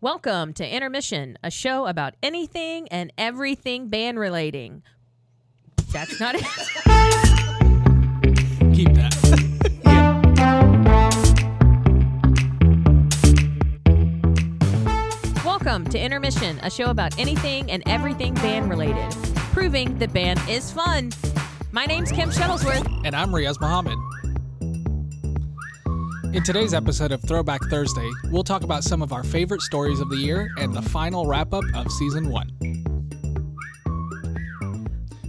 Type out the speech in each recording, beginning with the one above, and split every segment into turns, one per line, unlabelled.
Welcome to Intermission, a show about anything and everything band relating. That's not it.
Keep that.
Welcome to Intermission, a show about anything and everything band related, proving that band is fun. My name's Kim Shuttlesworth.
and I'm Riaz Mohammed. In today's episode of Throwback Thursday, we'll talk about some of our favorite stories of the year and the final wrap up of season one.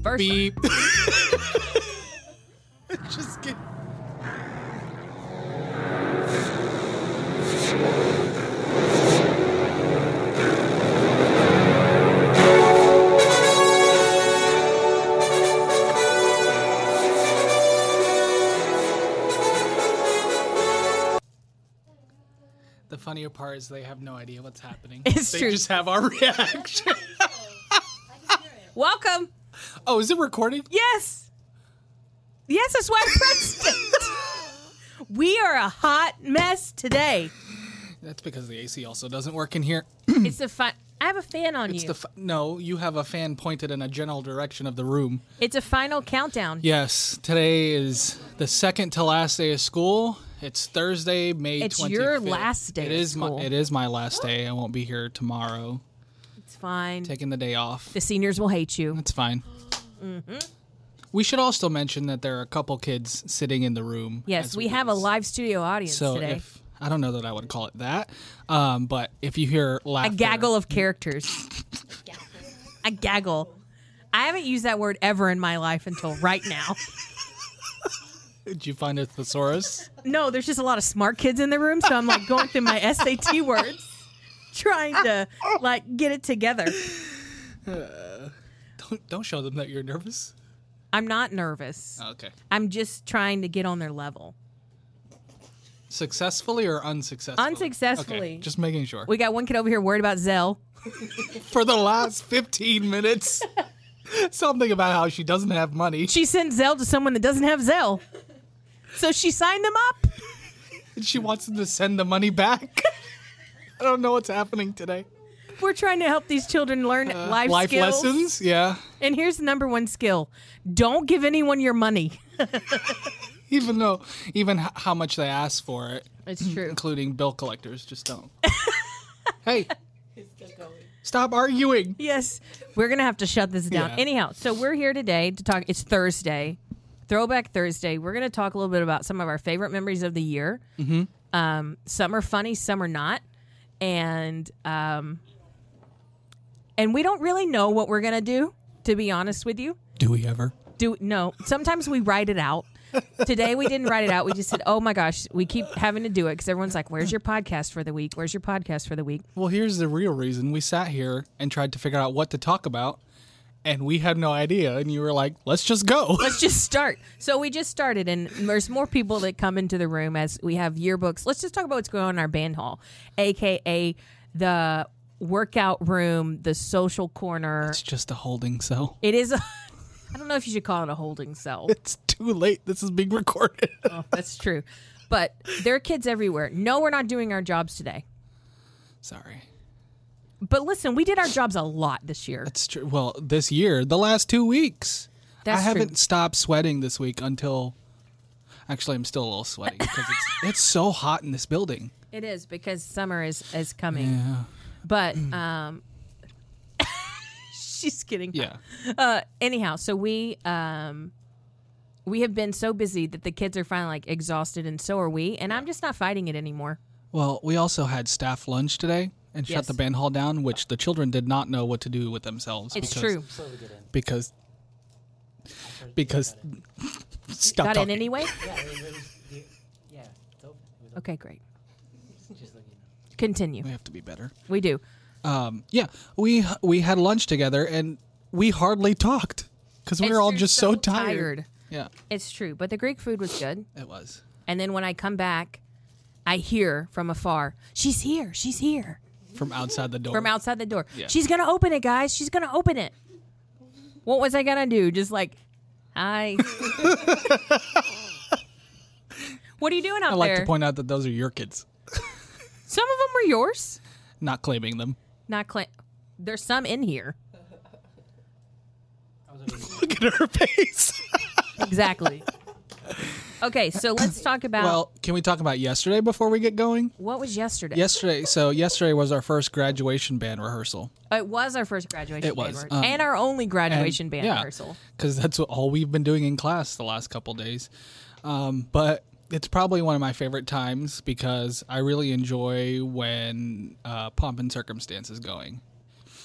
First,
Beep. Just kidding. The funnier part is they have no idea what's happening.
It's
they
true.
just have our reaction.
welcome.
oh, is it recording?
Yes. Yes, that's why I pressed it. We are a hot mess today.
That's because the AC also doesn't work in here.
it's a fun. I have a fan on
It's
you.
the f- no. You have a fan pointed in a general direction of the room.
it's a final countdown.
Yes, today is the second to last day of school. It's Thursday, May.
It's
25th.
your last day
It
of
is
school.
my. It is my last day. I won't be here tomorrow.
It's fine.
Taking the day off.
the seniors will hate you.
It's fine.
Mm-hmm.
We should also mention that there are a couple kids sitting in the room.
Yes,
as
we have a
do this.
live studio audience
So
today.
if I don't know that I would call it that, um, but if you hear
a
laughter,
gaggle of characters. a gaggle. I haven't used that word ever in my life until right now.
did you find a thesaurus?
No, there's just a lot of smart kids in the room, so I'm like going through my SAT words, trying to like get it together.
don't don't show them that you're nervous.
I'm not nervous.
Okay.
I'm just trying to get on their level.
Successfully or unsuccessfully?
Unsuccessfully.
Okay, just making sure.
We got one kid over here worried about Zell.
For the last 15 minutes, something about how she doesn't have money.
She sent Zell to someone that doesn't have Zell. So she signed them up.
She wants them to send the money back. I don't know what's happening today.
We're trying to help these children learn life,
Uh, Life
skills.
lessons? Yeah.
And here's the number one skill don't give anyone your money.
Even though, even h- how much they ask for it,
It's true.
including bill collectors, just don't. hey. Stop arguing.
Yes, we're gonna have to shut this down.
Yeah.
Anyhow, so we're here today to talk. It's Thursday, Throwback Thursday. We're gonna talk a little bit about some of our favorite memories of the year. Mm-hmm. Um, some are funny, some are not, and um, and we don't really know what we're gonna do. To be honest with you,
Do we ever?
do no. Sometimes we write it out. Today we didn't write it out. We just said, "Oh my gosh, we keep having to do it because everyone's like, "Where's your podcast for the week? Where's your podcast for the week?"
Well, here's the real reason we sat here and tried to figure out what to talk about, and we had no idea. And you were like, "Let's just go."
let's just start. So we just started, and there's more people that come into the room as we have yearbooks. Let's just talk about what's going on in our band hall, aka the workout room, the social corner.
It's just a holding cell.
It is. A, I don't know if you should call it a holding cell. Oh,
It's too late. This is being recorded.
That's true, but there are kids everywhere. No, we're not doing our jobs today.
Sorry.
But listen, we did our jobs a lot this year.
It's true. Well, this year, the last two weeks,
That's
I
true.
haven't stopped sweating this week until. Actually, I'm still a little sweating because it's, it's so hot in this building.
It is because summer is is coming. But um, she's kidding.
Yeah.
uh anyhow so we um we have been so busy that the kids are finally like exhausted and so are we and i'm just not fighting it anymore
Well, we also had staff lunch today and
Yes.
shut the band hall down, which the children did not know what to do with themselves.
it's
because-
true
because because stop
got in
talking.
anyway
Yeah, it was, it, yeah, it's open. It was
okay great
open. Just like, you know.
continue
we have to be better.
we do
Um, yeah, we we had lunch together and we hardly talked because we
It's
were all
true,
just so,
tired
tired. Yeah,
it's true but the greek food was good
it was.
and then when i come back i hear from afar she's here she's here
From outside the door.
from outside the door
Yeah.
she's gonna open it guys she's gonna open it what was i gonna do just like hi what are you doing out
I like
there
to point out that those are your kids.
Some of them were yours.
not claiming them.
Not cla- There's some in here.
I was over
Look at her face.
Exactly. okay, so let's talk about
well, can we talk about yesterday before we get going?
what was yesterday.
Yesterday, so yesterday was our first graduation band rehearsal.
Uh, It was our first graduation
It was,
band
um,
rehearsal. and our only graduation band
yeah.
rehearsal.
because that's what, all we've been doing in class the last couple days. Um, but it's probably one of my favorite times because I really enjoy when uh, Pomp and Circumstance is going.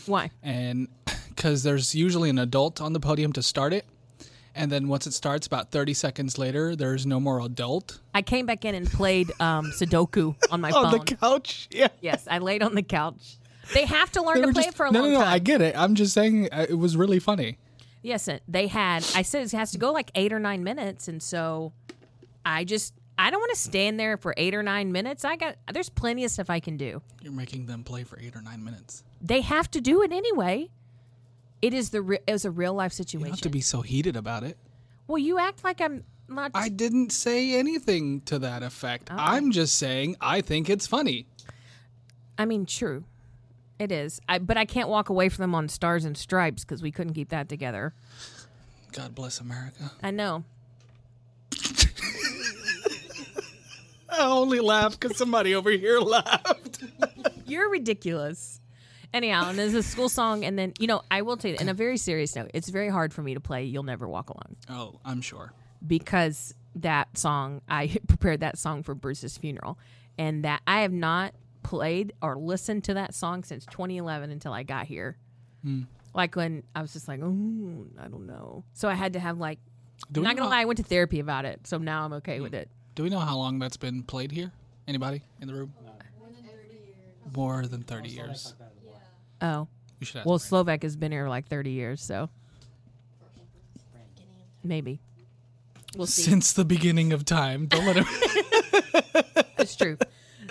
Why?
And because there's usually an adult on the podium to start it. And then once it starts, about 30 seconds later, there's no more adult
I came back in and played um, Sudoku on my phone.
couch. Yeah.
yes, I laid on the couch. They have to learn to play it for a
no,
long
no, no.
time.
I get it. I'm just saying uh, it was really funny.
Yes, it- they had. I said it has to go like eight or nine minutes, and so I just I don't want to stand there for eight or nine minutes. I got there's plenty of stuff I can do.
You're making them play for eight or nine minutes.
They have to do it anyway. It is the re- it was a real life
You
situation.
don't have to be so heated about it.
well, you act like I'm not.
I didn't say anything to that
Oh.
effect. I'm just saying I think it's funny.
I mean, true, it is. I, but I can't walk away from them on stars and stripes because we couldn't keep that together.
God bless America.
I know.
I only laughed because somebody over here laughed.
You're ridiculous. Anyhow, and there's a school song, and then you know I will tell you in a very serious note, it's very hard for me to play. You'll never walk alone
Oh, I'm sure.
because that song I prepared that song for Bruce's funeral, and that I have not played or listened to that song since 2011 until I got here. Like when I was just like, oh, I don't know. So I had to have like,
Do we
not gonna
know-
lie, I went to therapy about it, so now I'm okay with it.
Do we know how long that's been played here? Anybody in the room? More than 30 years.
that as well.
Oh,
You should ask.
well,
Well,
Slovak has been here like 30 years, so maybe we'll see.
since the beginning of time. Don't let him.
It's true.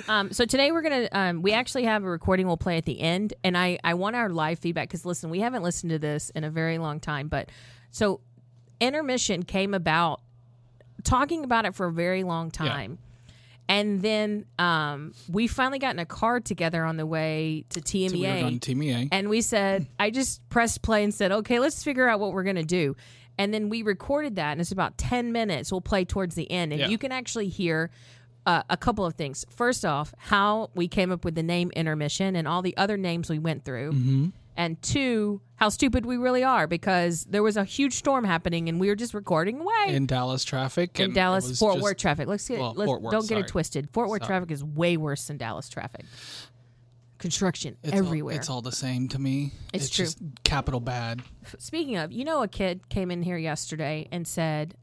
Um, so today we're gonna um, we actually have a recording we'll play at the end, and I I want our live feedback because listen, we haven't listened to this in a very long time, but so intermission came about talking about it for a very long time. And then um, we finally got in a car together on the way to E TMEA
we were on E TMEA.
and we said i just pressed play and said okay let's figure out what we're going to do and then we recorded that and it's about 10 minutes we'll play towards the end and
Yeah.
you can actually hear uh, a couple of things first off how we came up with the name intermission and all the other names we went through
Mm-hmm.
and two how stupid we really are because there was a huge storm happening and we were just recording away
In Dallas traffic.
in
and it
Dallas
was
Fort
just-
Worth traffic. Let's get
Well,
let's,
Fort Worth,
don't get it
sorry.
twisted. Fort Worth traffic is way worse than Dallas traffic. Construction
It's all-
everywhere.
it's all the same to me.
It's true.
just capital bad.
Speaking of, you know, a kid came in here yesterday and said,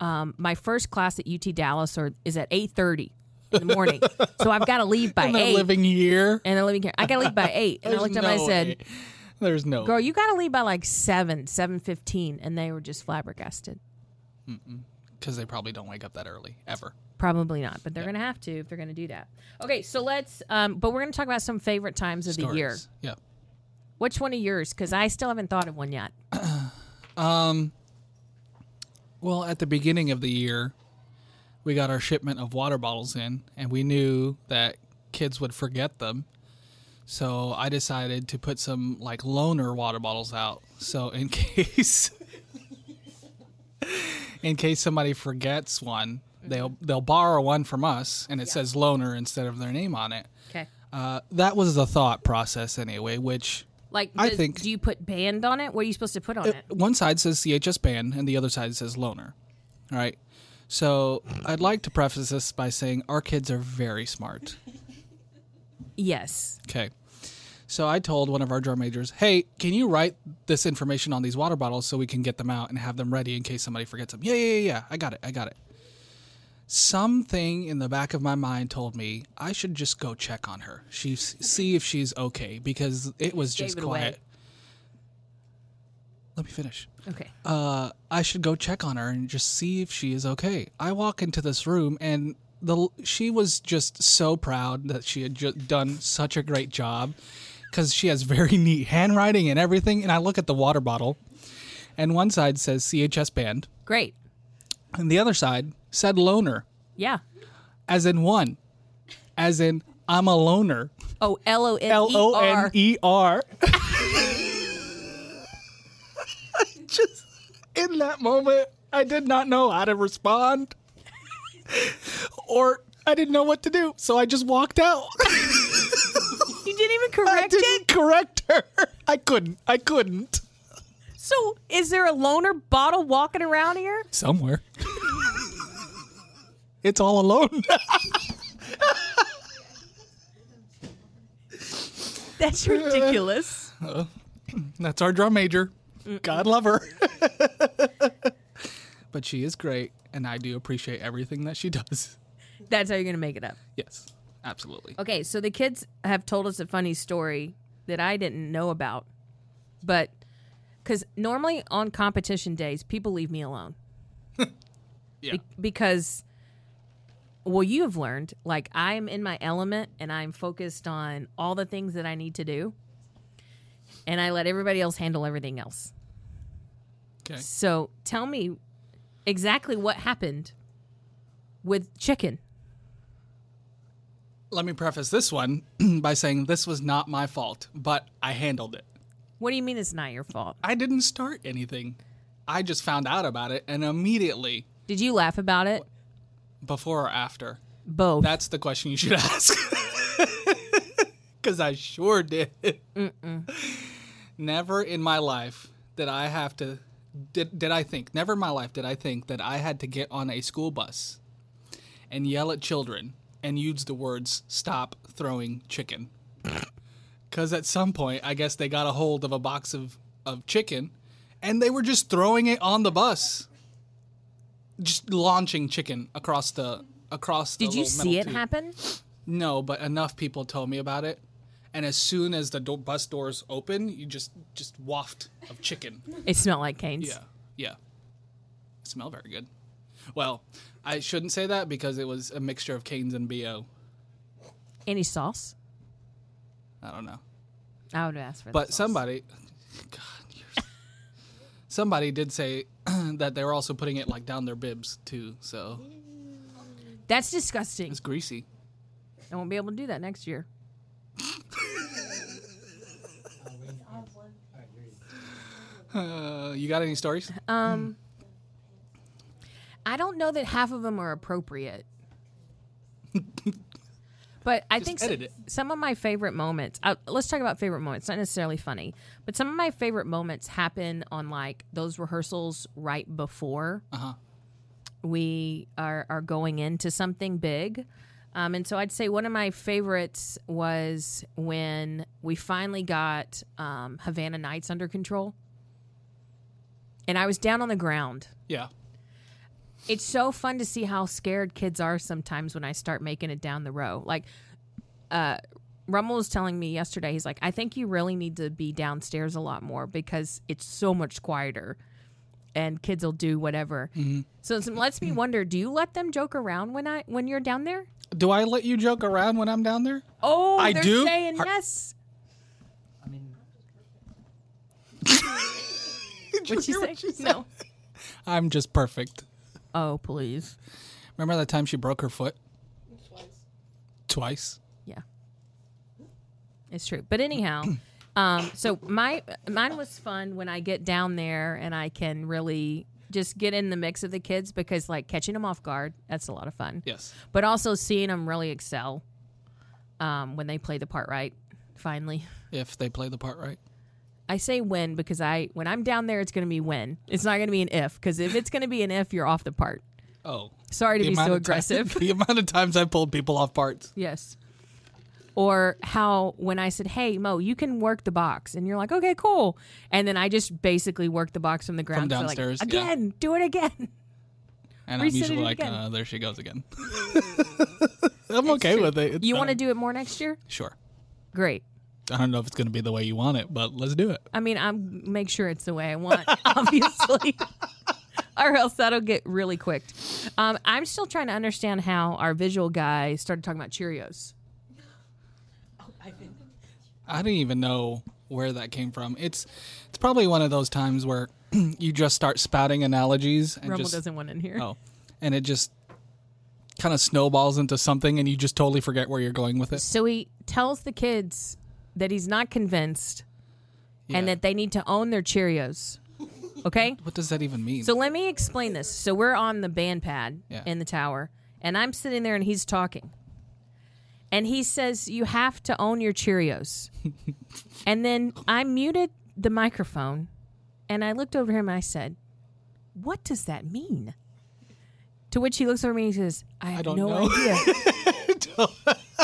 um, "My first class at UT Dallas or is at eight thirty in the morning, so I've got to leave by
I'm not
eight.
living here.
and they're living here. I got to leave by eight. And I
There's
looked at him and I
no
said,
way. "There's no
"Girl, you got to leave by like seven, seven fifteen. And they were just flabbergasted.
because they probably don't wake up that early ever."
Probably not, but they're going to have to if they're going to do that. Okay, so let's. Um, but we're going to talk about some favorite times of the year.
Stories. Yeah.
Which one of yours? Because I still haven't thought of one yet.
Well, at the beginning of the year, we got our shipment of water bottles in, and we knew that kids would forget them. So I decided to put some like loaner water bottles out. So in case in case somebody forgets one, they'll
Mm-hmm.
they'll borrow one from us and it says loaner instead of their name on it.
Okay.
Uh, that was the thought process anyway, which
Like,
I
does-
think-
do you put band on it? What are you supposed to put on it?
one side says CHS ban and the other side says loner. All right. So I'd like to preface this by saying our kids are very smart.
Yes.
Okay. So I told one of our drum majors, "Hey, can you write this information on these water bottles so we can get them out and have them ready in case somebody forgets them?" Yeah, yeah, yeah, yeah. I got it. I got it. Something in the back of my mind told me I should just go check on her. She see if she's okay because it was
Gave
just
it away.
quiet. Let me finish
Okay.
uh, I should go check on her and just see if she is okay. I walk into this room and the she was just so proud that she had ju- done such a great job because she has very neat handwriting and everything. And I look at the water bottle, and one side says CHS band,
Great.
and the other side said loner,
Yeah.
as in one, as in I'm a loner.
Oh, L O N E R.
L O N E R. Just in that moment, I did not know how to respond, or I didn't know what to do, so I just walked out.
You didn't even
I
correct it.
didn't correct her. I couldn't. I couldn't.
So, is there a loner bottle walking around here?
Somewhere. it's all alone.
That's ridiculous.
That's our drum major. God love her. but she is great, and I do appreciate everything that she does.
That's how you're going to make it up.
Yes, absolutely.
Okay, so the kids have told us a funny story that I didn't know about. But because normally on competition days, people leave me alone.
Yeah.
because well you have learned like i'm in my element and i'm focused on all the things that i need to do and i let everybody else handle everything else
Okay.
so tell me exactly what happened with chicken
Let me preface this one by saying this was not my fault, but I handled it.
what do you mean it's not your fault
I didn't start anything. I just found out about it, and immediately,
did you laugh about it
before or after,
both
That's the question you should ask. Because I sure did. Never in my life did I have to. Did, did I think, never in my life did I think that I had to get on a school bus and yell at children and use the words, stop throwing chicken. Because at some point, I guess they got a hold of a box of, of chicken and they were just throwing it on the bus. Just launching chicken across the across the
did you
little
see
metal
it
tube.
happen
No, but enough people told me about it. And as soon as the do- bus doors open, you just just waft of chicken.
it smelled like canes
Yeah, yeah. It smell very good. Well, I shouldn't say that because it was a mixture of canes and bo.
any sauce
I don't know,
i would ask for the
but
sauce.
somebody, God, you're- somebody did say that they were also putting it like down their bibs too, so
that's disgusting
it's greasy.
i won't be able to do that next year
Uh, you got any stories?
Um, I don't know that half of them are appropriate. but I think so-
edit it.
some of my favorite moments. Uh, let's talk about favorite moments, not necessarily funny, but some of my favorite moments happen on like those rehearsals right before
Uh-huh.
we are are going into something big. Um, and so I'd say one of my favorites was when we finally got um, Havana Nights under control. And I was down on the ground
Yeah,
it's so fun to see how scared kids are sometimes when I start making it down the row. Like, uh, Rummel was telling me yesterday, he's like, I think you really need to be downstairs a lot more because it's so much quieter and kids will do whatever.
Mm-hmm.
So it lets me wonder, do you let them joke around when I when you're down there?
do I let you joke around when I'm down there?
Oh,
I
they're
do?
saying
Har-
yes.
I mean,
What'd you say? No.
I'm just perfect.
Oh, please.
Remember that time she broke her foot? Twice. Twice?
Yeah, it's true. But anyhow, um, so my mine was fun when I get down there and I can really just get in the mix of the kids because like catching them off guard, that's a lot of fun.
Yes.
But also seeing them really excel um, when they play the part right. Finally,
If they play the part right.
I say when because I when I'm down there, it's going to be when. It's not going to be an if because if it's going to be an if, you're off the part.
Oh.
Sorry to be so
amount of ti-
aggressive.
the amount of times I pulled people off parts.
Yes. Or how when I said, "Hey Mo, you can work the box," and you're like, "Okay, cool," and then I just basically work the box from the ground So, like,
downstairs, yeah.
again. Do it again.
And
Reset
I'm
it
usually like,
again.
uh, there she goes again. I'm okay with it. It's
You want to
fine.
do it more next year?
Sure.
Great.
I don't know if it's going to be the way you want it, but let's do it.
I mean, I make sure it's the way I want, obviously, or else that'll get really quick. Um, I'm still trying to understand how our visual guy started talking about Cheerios.
I didn't even know where that came from. It's it's probably one of those times where you just Oh. start spouting analogies and
Rumble
just
doesn't want in here.
oh, and it just kind of snowballs into something and you just totally forget where you're going with it.
So he tells the kids that he's not convinced and
Yeah.
that they need to own their Cheerios. Okay?
What does that even mean?
So let me explain this. So we're on the band pad
Yeah.
in the tower, and I'm sitting there and he's talking. And he says, You have to own your Cheerios. and then I muted the microphone and I looked over him and I said, What does that mean? To which he looks over me and he says, I have
don't
no
know."
idea.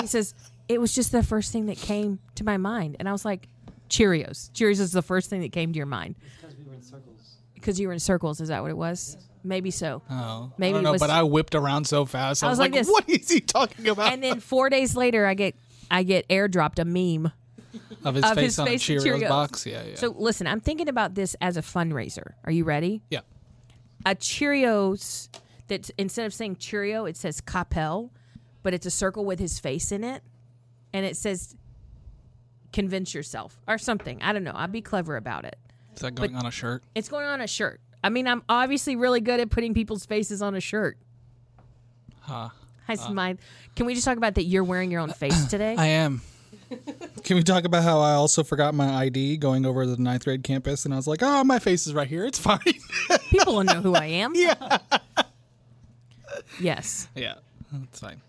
he says, It was just the first thing that came to my mind. And I was like, Cheerios. Cheerios is the first thing that came to your mind
Because we were in circles.
because you were in circles. Is that what it was? Maybe so.
oh,
maybe
I
it
don't know,
was-
but I whipped around so fast. I,
was like this.
"What is he talking about?"
And then four days later, I get I get airdropped a meme.
of his
of
face
his
on
face
a
in
Cheerios,
Cheerios.
box. Yeah, yeah,
So listen, I'm thinking about this as a fundraiser. Are you ready?
yeah.
A Cheerios that instead of saying Cheerio, it says Capel, but it's a circle with his face in it, and it says convince yourself or something. I don't know. I'll be clever about it.
Is that going on a shirt?
It's going on a shirt. I mean, I'm obviously really good at putting people's faces on a shirt.
Huh.
Hi, Smythe. Can we just talk about that you're wearing your own face today?
I am. Can we talk about how I also forgot my ID going over to the ninth grade campus, and I was like, "Oh, my face is right here. It's fine."
People will know who I am. Yeah. yes.
yeah, it's fine.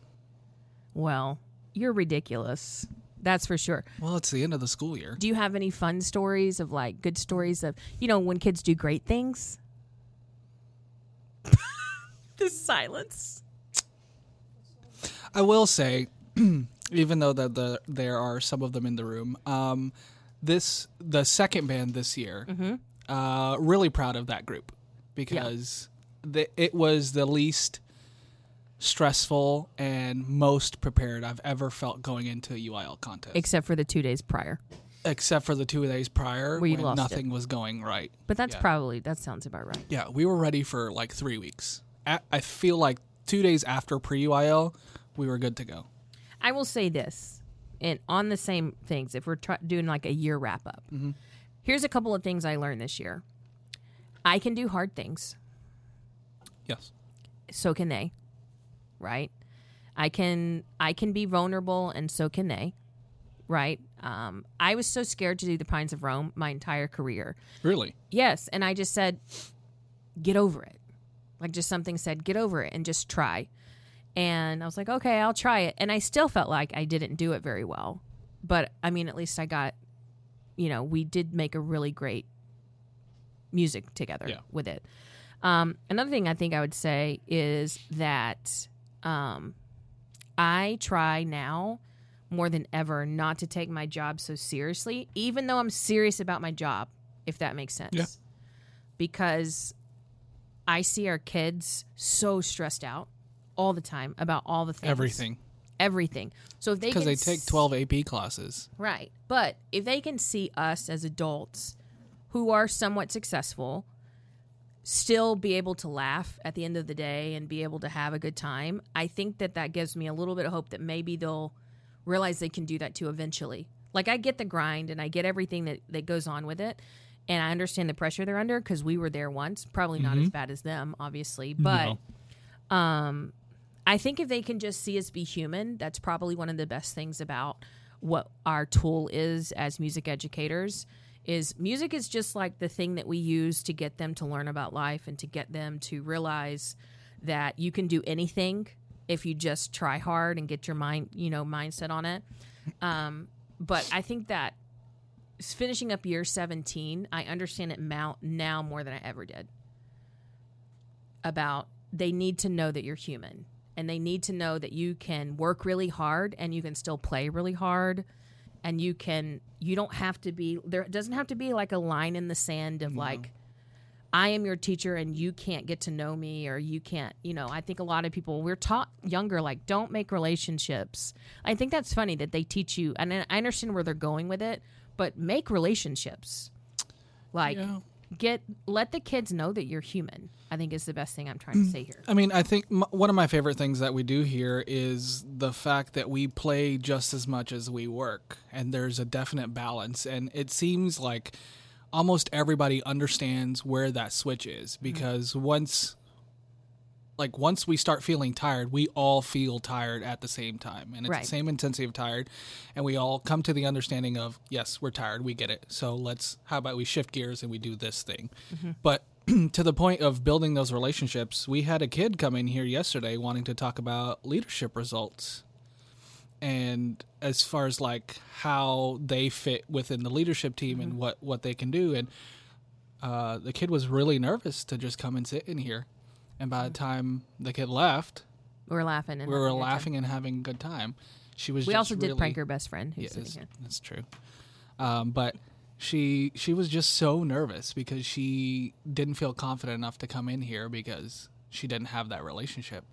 Well, you're ridiculous. That's for sure.
Well, it's the end of the school year.
Do you have any fun stories of like good stories of, you know, when kids do great things? the silence.
I will say, even though that the there are some of them in the room, um, this the second band this year.
Mm-hmm.
Uh, really proud of that group because the, it was the least stressful and most prepared I've ever felt going into a UIL contest,
Except for the two days prior.
except for the two days prior
Where you
when
lost it.
nothing was going right.
But that's
Yeah.
probably, that sounds about right.
Yeah, we were ready for like three weeks. A- I feel like two days after pre UIL, we were good to go.
I will say this, and on the same things, if we're try- doing like a year wrap up, here's a couple of things I learned this year. I can do hard things.
Yes.
so can they right i can i can be vulnerable and so can they right um, i was so scared to do the pines of rome my entire career
Really?
yes and i just said get over it like just something said get over it and just try and i was like okay i'll try it and i still felt like i didn't do it very well but i mean at least i got you know we did make a really great music together
Yeah.
with it um, another thing i think i would say is that um, i try now more than ever not to take my job so seriously even though i'm serious about my job if that makes sense
Yeah.
because I see our kids so stressed out all the time about all the things.
Everything.
Everything. So if they
because
can
they take 12 AP
s-
classes.
right. But if they can see us as adults who are somewhat successful still be able to laugh at the end of the day and be able to have a good time, I think that that gives me a little bit of hope that maybe they'll realize they can do that too eventually. Like I get the grind and I get everything that that goes on with it. And I understand the pressure they're under because we were there once, probably not as bad as them, obviously. But um, I think if they can just see us be human, that's probably one of the best things about what our tool is as music educators. Is music is just like the thing that we use to get them to learn about life and to get them to realize that you can do anything if you just try hard and get your mind, you know, mindset on it. Um, but I think that s- finishing up year 17, I understand it mou- now more than I ever did. About they need to know that you're human and they need to know that you can work really hard and you can still play really hard and you can you don't have to be there doesn't have to be like a line in the sand of like I am your teacher and you can't get to know me or you can't, you know, I think a lot of people we're taught younger like don't make relationships. I think that's funny that they teach you and I I understand where they're going with it, but make relationships. Like
Yeah.
get let the kids know that you're human. I think is the best thing I'm trying to
Mm.
say here.
I mean, I think m- one of my favorite things that we do here is the fact that we play just as much as we work, and there's a definite balance. And it seems like almost everybody understands where that switch is because once like once we start feeling tired, we all feel tired at the same time, and it's
Right.
the same intensity of tired, and we all come to the understanding of yes, we're tired, we get it. So let's how about we shift gears and we do this thing, but. to the point of building those relationships, we had a kid come in here yesterday wanting to talk about leadership results and as far as like how they fit within the leadership team and what what they can do and uh, the kid was really nervous to just come and sit in here and by the time the kid left
We Mm-hmm. were laughing. And
we
having
were
a good time.
laughing and having a good time she was
We
just
also did
really,
prank her best friend who's
yeah,
sitting
that's,
here.
that's true um, but she she was just so nervous because she didn't feel confident enough to come in here because she didn't have that relationship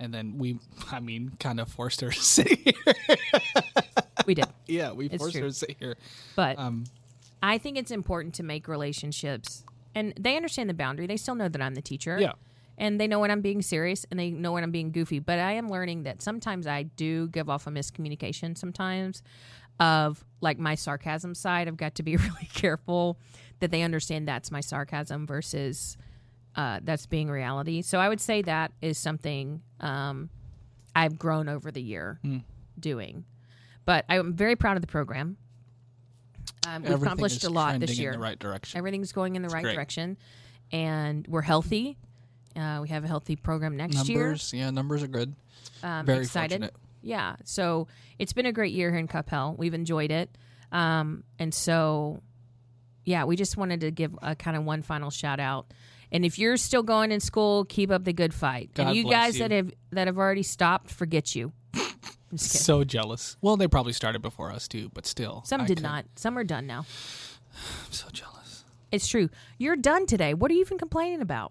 and then we i mean kind of forced her to sit here
We did.
yeah, we forced
true.
her to sit here.
But
Um,
I think it's important to make relationships, and they understand the boundary. They still know that I'm the teacher.
Yeah.
And they know when I'm being serious and they know when I'm being goofy. But I am learning that sometimes I do give off a miscommunication sometimes of like my sarcasm side. I've got to be really careful that they understand that's my sarcasm versus uh, that's being reality. So I would say that is something um, I've grown over the year
Hmm.
doing. But I'm very proud of the program. Um, we've
everything
accomplished
is
a lot
trending
this year.
in the right direction.
Everything's going in the right
great.
direction, and we're healthy. Uh, we have a healthy program next year.
numbers, yeah, numbers are good.
Um,
very
excited.
fortunate.
Yeah. So it's been a great year here in Capel. We've enjoyed it, um, and so yeah, we just wanted to give a kind of one final shout out. And if you're still going in school, keep up the good fight.
God
and you
bless
guys
you.
that have that have already stopped, forget you. I'm just kidding.
So jealous. Well, they probably started before us too, but still,
Some
I
did
could-
not. Some are done now.
I'm so jealous.
It's true. You're done today. What are you even complaining about?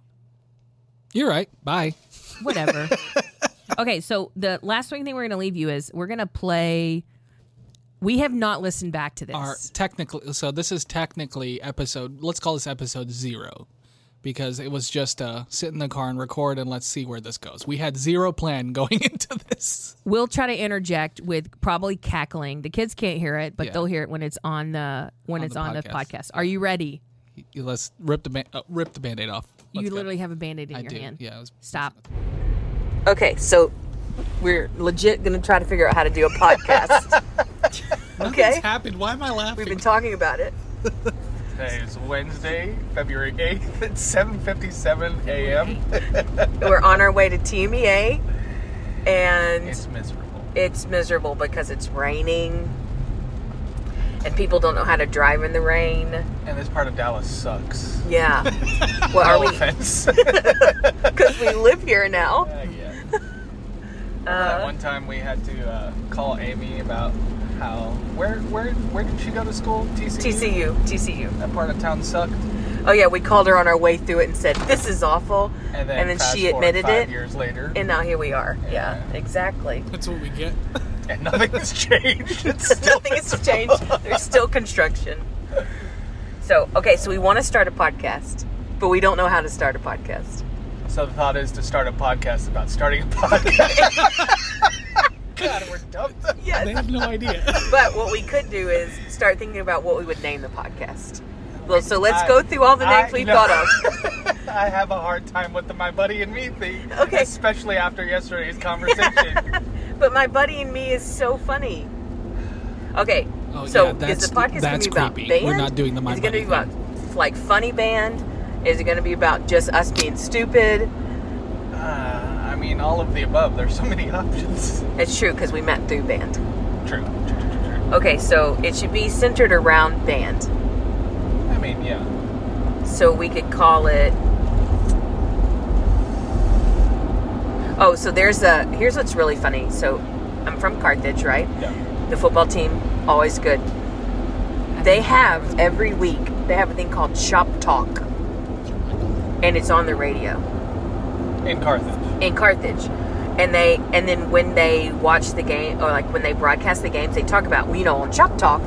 You're right. Bye.
whatever. okay, so the last thing that we're going to leave you is we're going to play. We have not listened back to this.
Our technically, so this is technically episode. Let's call this episode zero, because it was just uh, sit in the car and record, and let's see where this goes. We had zero plan going into this.
we'll try to interject with probably cackling. The kids can't hear it, but
Yeah.
they'll hear it when it's on the when
On
it's
the
on the
podcast.
podcast. Are you ready?
Y- Let's rip the ban- uh, rip the band-aid off. Let's
you
go.
literally have a band-aid in
I
your
do.
hand.
Yeah. It was,
Stop.
Okay, so we're legit going to try to figure out how to do a podcast. okay?
It's happened. Why am I laughing?
We've been talking about it.
Today is Wednesday, February 8th at 7.57 a.m.
We're on our way to TMEA and
It's miserable.
it's miserable because it's raining and people don't know how to drive in the rain.
And this part of Dallas sucks.
Yeah. Well, are
No
we
offense. yeah.
because we live here now.
Remember
Uh-huh.
that one time we had to uh, call Amy about how... Where where where did she go to school? TCU?
TCU, TCU.
That part of town sucked.
Oh yeah, we called her on our way through it and said this is awful,
And then, fast
she
forward
admitted
five
it,
years later.
and now here we are. Yeah,
Yeah.
exactly.
That's what we get.
and nothing has changed. It's still
Nothing has changed. There's still construction. So, okay, so we want to start a podcast, but we don't know how to start a podcast.
So the thought is to start a podcast about starting a podcast. God, we're dumb.
They
Yes.
have no idea.
But what we could do is start thinking about what we would name the podcast. Well, so let's go through all the names
I-
we
no.
thought of.
I have a hard time with the my buddy and me thing.
Okay.
Especially after yesterday's conversation.
But my buddy and me is so funny. Okay,
Oh,
so
yeah,
is
that's-
the podcast going
that's
to be about
creepy.
band?
We're not doing the My
Is it going to be
Buddy
about like funny band? Is it going to be about just us being stupid?
uh, I mean, all of the above. There's so many options.
It's true because we met through band.
True. True, true, true, true.
Okay, so it should be centered around band.
I mean, yeah.
So we could call it. Oh, so there's a. Here's what's really funny. So I'm from Carthage, right?
Yeah.
The football team, always good. They have every week, they have a thing called Shop Talk, and it's on the radio
In Carthage.
in Carthage. And they and then when they watch the game or like when they broadcast the games, they talk about well, you know on Chalk Talk,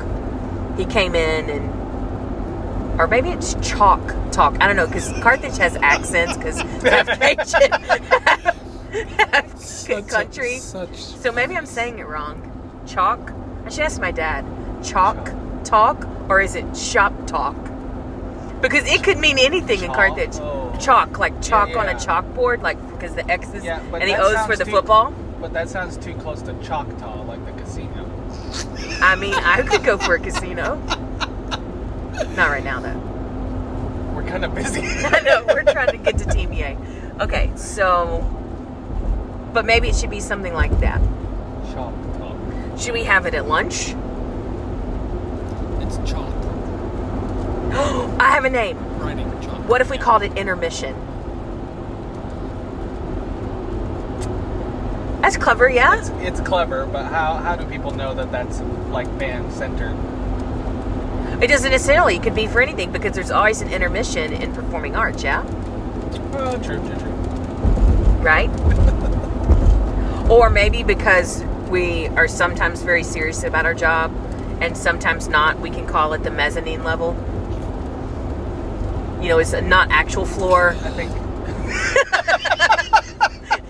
he came in and or maybe it's Chalk Talk. I don't know because Carthage has accents because half country.
Such.
So maybe I'm saying it wrong. Chalk. I should ask my dad. Chalk talk or is it shop talk? Because it could mean anything in
Chalk?
Carthage.
Oh.
chalk, like chalk on a
yeah.
chalkboard, like because the X's
Yeah, but
and the
that
O's for
sounds
the
too-
football.
But that sounds too close to Choctaw, like the casino.
I mean, I could go for a casino. Not right now, though.
We're kind of busy.
I know we're trying to get to Team EA. Okay, so, but maybe it should be something like that.
Choctaw.
Should we have it at lunch?
It's chalk.
I have a name.
Writing chalk.
What if we called it intermission? That's clever, yeah.
It's clever, but how how do people know that that's like band centered?
It doesn't necessarily. It could be for anything because there's always an intermission in performing arts, yeah.
Oh, true, true, true.
right? or maybe because we are sometimes very serious about our job and sometimes not, we can call it the mezzanine level. You know, it's not actual floor.
I think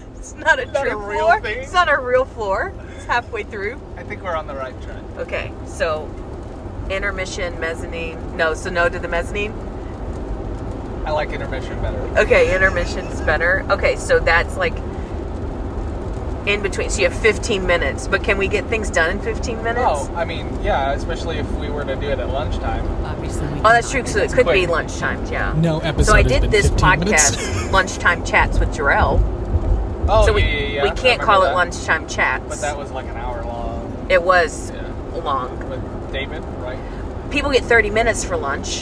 It's not a
Not
true
a real
floor.
thing.
It's not a real floor. It's halfway through.
I think we're on the right track.
Okay, so intermission, mezzanine. No, so no to the mezzanine.
I like intermission better.
Okay, intermission's better. Okay, so that's like in between. So you have 15 minutes, but can we get things done in 15 minutes?
Oh, I mean, yeah, especially if we were to do it at lunchtime.
Obviously, we
Oh, that's true. So it could be
quick.
lunchtime, yeah.
No episode
So I
has been
did this
15 minutes.
podcast, lunchtime chats with Jarrell.
Oh,
so we,
yeah, yeah, yeah,
we
I
can't
remember
call it
that.
lunchtime chats.
But that was like an hour long.
it was
Yeah.
long.
With David, right?
People get thirty minutes for lunch.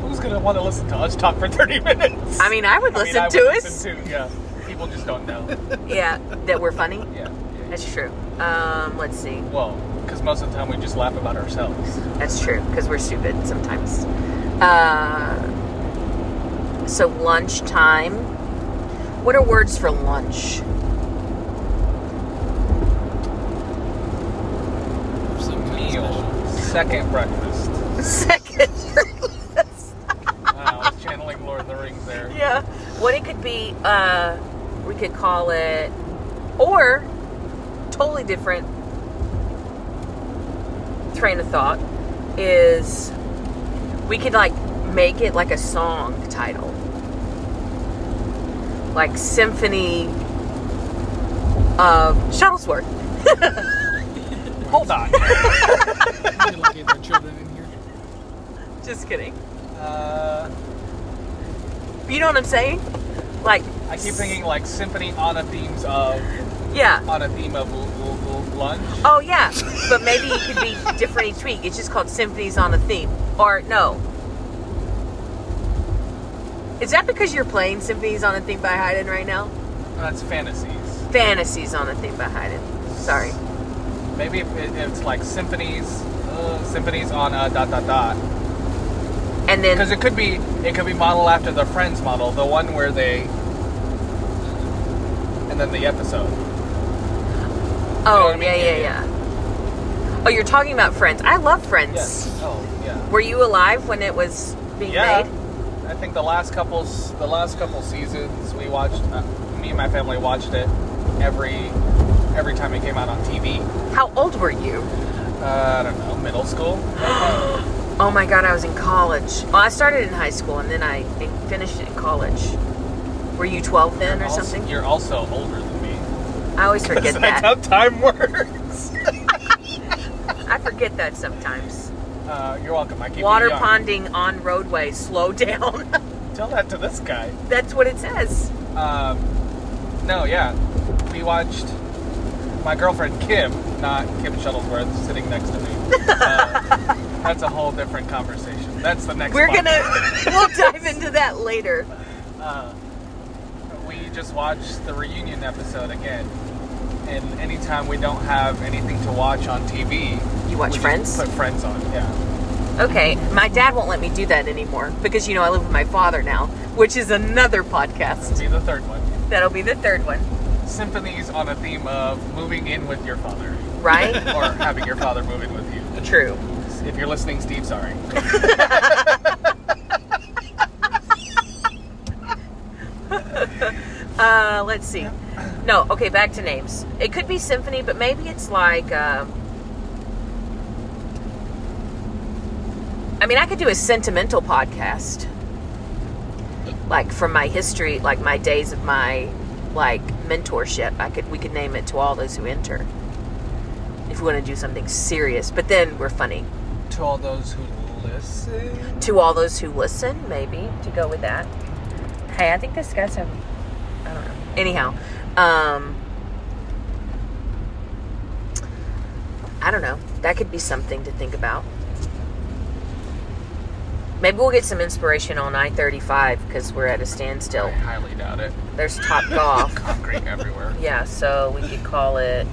Who's gonna want to listen to us talk for thirty minutes?
I mean, I would
I mean,
listen
I would
to us.
listen too, yeah. People just don't know.
yeah, that we're funny.
Yeah. yeah.
That's true. Um, let's see.
Well, because most of the time we just laugh about ourselves.
That's true because we're stupid sometimes. Uh, so lunchtime. What are words for lunch?
Some kind of special-
Meal. Second breakfast.
Second.
Wow, I was channeling Lord of the Rings there.
Yeah. What it could be, uh, we could call it, or totally different train of thought is we could like make it like a song title, like Symphony of Shuttlesworth.
Hold on.
Good luck getting their children in here.
Just kidding.
Uh,
You know what I'm saying? Like,
I keep thinking like symphony on a themes of
yeah.
on a theme of l- l- l- lunch.
Oh yeah, but maybe it could be different each week. It's just called Symphonies on a Theme, or no? Is that because you're playing Symphonies on a Theme by Haydn right now?
That's fantasies.
Fantasies on a Theme by Haydn. Sorry.
Maybe if it, it's like symphonies, uh, symphonies on a dot dot dot.
And then
Because it could be it could be modeled after the Friends model, the one where they and then the episode. know
oh
what I mean?
yeah
Yeah,
yeah yeah. Oh, you're talking about Friends. I love Friends.
Yes. Oh yeah.
Were you alive when it was being
Yeah.
made?
I think the last couples the last couple seasons we watched. Uh, me and my family watched it every every time it came out on TV.
How old were you?
Uh, I don't know, middle school.
Oh my god, I was in college. Well, I started in high school and then I finished it in college. Were you 12 then or
Also-
something?
You're also older than me.
I always forget
That's
that.
how time works.
I forget that sometimes.
Uh, you're welcome. I keep you
Water
young.
ponding on roadway, slow down.
Tell that to this guy.
That's what it says.
Um, no, yeah, we watched my girlfriend Kim, not Kim Shuttlesworth, sitting next to me. Uh, that's a whole different conversation. That's the next.
We're gonna
podcast.
we'll dive into that later.
We just watched the reunion episode again, and anytime we don't have anything to watch on TV,
You watch
we just
Friends?
Put Friends on, yeah.
Okay, my dad won't let me do that anymore because you know I live with my father now, which is another podcast.
See the third one.
That'll be the third one,
Symphonies on a theme of moving in with your father,
right?
or having your father move in with you.
True.
If you're listening, Steve, sorry.
Uh, let's see. No, okay, back to names. It could be symphony, but maybe it's like. Uh, I mean, I could do a sentimental podcast. like from my history, like my days of my like mentorship. I could we could name it to all those who enter. If we want to do something serious, but then we're funny
To all those who listen,
to all those who listen, maybe to go with that. Hey, I think this guy's have. I don't know. Anyhow, um, I don't know. That could be something to think about. Maybe we'll get some inspiration on I-35 because we're at a standstill.
I highly doubt it.
There's Top Golf.
Concrete everywhere.
Yeah, so we could call it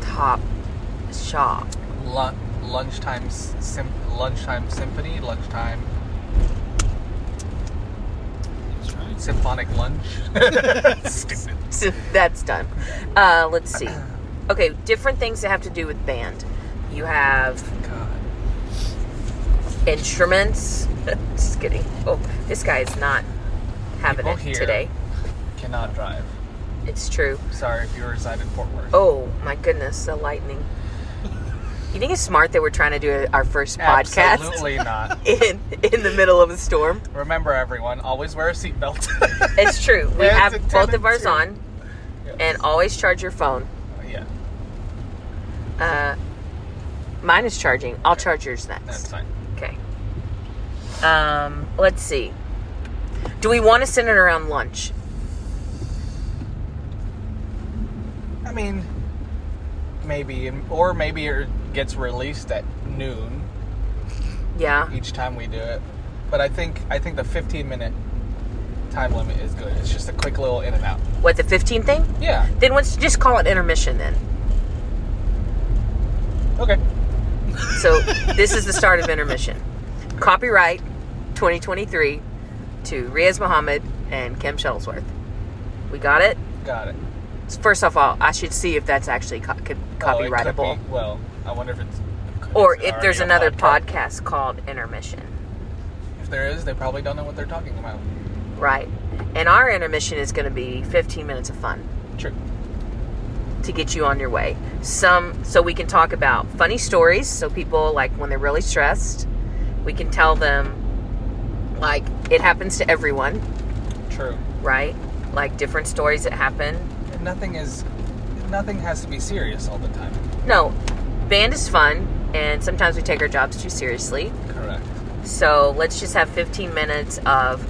Top Shop.
Lu- lunchtime, s- sym- lunchtime symphony, lunchtime symphonic lunch. Stupid.
So that's done. Uh, let's see. Okay, different things that have to do with band. You have
God.
instruments. Just kidding. Oh, this guy is not having
People
it
here.
today.
Cannot drive.
It's true.
Sorry if you reside in Fort Worth.
Oh my goodness, the lightning. You think it's smart that we're trying to do our first podcast
Absolutely not.
in in the middle of a storm?
Remember, everyone, always wear a seatbelt.
It's true. We
It's
have both
intended
of ours
to.
on,
Yes.
and always charge your phone.
yeah,
Uh, mine is charging. I'll charge yours next.
that's fine.
Okay. Um, let's see. Do we want to send it around lunch?
I mean, maybe, and- or maybe it gets released at noon
Yeah.
each time we do it. But I think I think the 15 minute time limit is good. It's just a quick little in and out.
What the 15 thing?
Yeah.
Then let's just call it intermission then.
Okay.
So this is the start of intermission. Copyright 2023 to Riaz Muhammad and Kim Shuttlesworth. We got it.
Got it.
First of all, I should see if that's actually co- co-
Oh, it could
copyrightable,
be- well, I wonder if it's. could-
or
is it
if there's
already a
another podcast called Intermission.
If there is, they probably don't know what they're talking about.
Right. And our intermission is going to be 15 minutes of fun
True.
to get you on your way. Some so we can talk about funny stories so people like when they're really stressed, we can tell them like it happens to everyone,
True.
right? Like different stories that happen.
And nothing is. Nothing has to be serious all the time.
No, band is fun and sometimes we take our jobs too seriously.
Correct.
So let's just have 15 minutes of.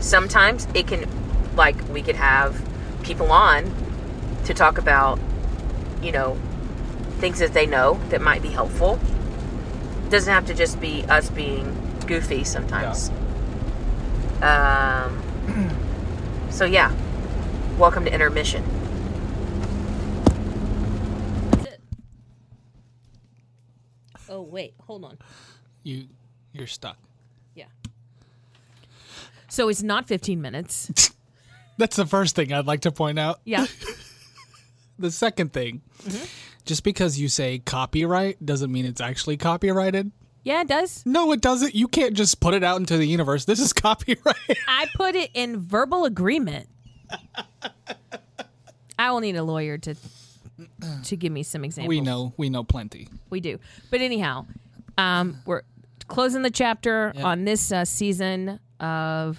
Sometimes it can, like, we could have people on to talk about, you know, things that they know that might be helpful. Doesn't have to just be us being goofy sometimes. Um, so, yeah. Welcome to intermission.
Oh wait, hold on.
You, you're stuck.
Yeah. So it's not 15 minutes.
That's the first thing I'd like to point out.
Yeah.
The second thing,
Mm-hmm.
just because you say copyright doesn't mean it's actually copyrighted.
Yeah, it does.
No, it doesn't. You can't just put it out into the universe. This is copyright.
I put it in verbal agreement. I will need a lawyer to to give me some examples.
we know. We know plenty.
we do. But anyhow, um, we're closing the chapter on this uh, season of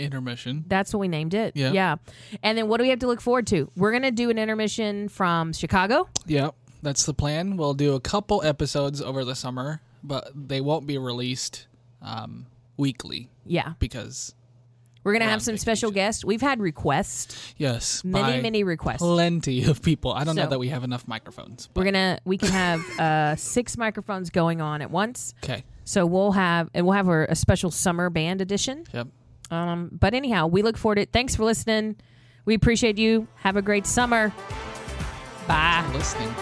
Intermission.
that's what we named it.
Yeah.
Yeah. And then what do we have to look forward to? We're gonna do an intermission from Chicago.
Yep, that's the plan. We'll do a couple episodes over the summer, but they won't be released um, weekly
Yeah.
because
We're gonna have
on
some special guests. We've had requests,
yes,
many,
by
many requests.
plenty of people. I don't know
So-
that we have enough microphones.
We're gonna we can have uh, six microphones going on at once.
Okay.
So we'll have and we'll have our, a special summer band edition.
Yep.
Um, but anyhow, we look forward to it. Thanks for listening. We appreciate you. Have a great summer. Bye.
Listening.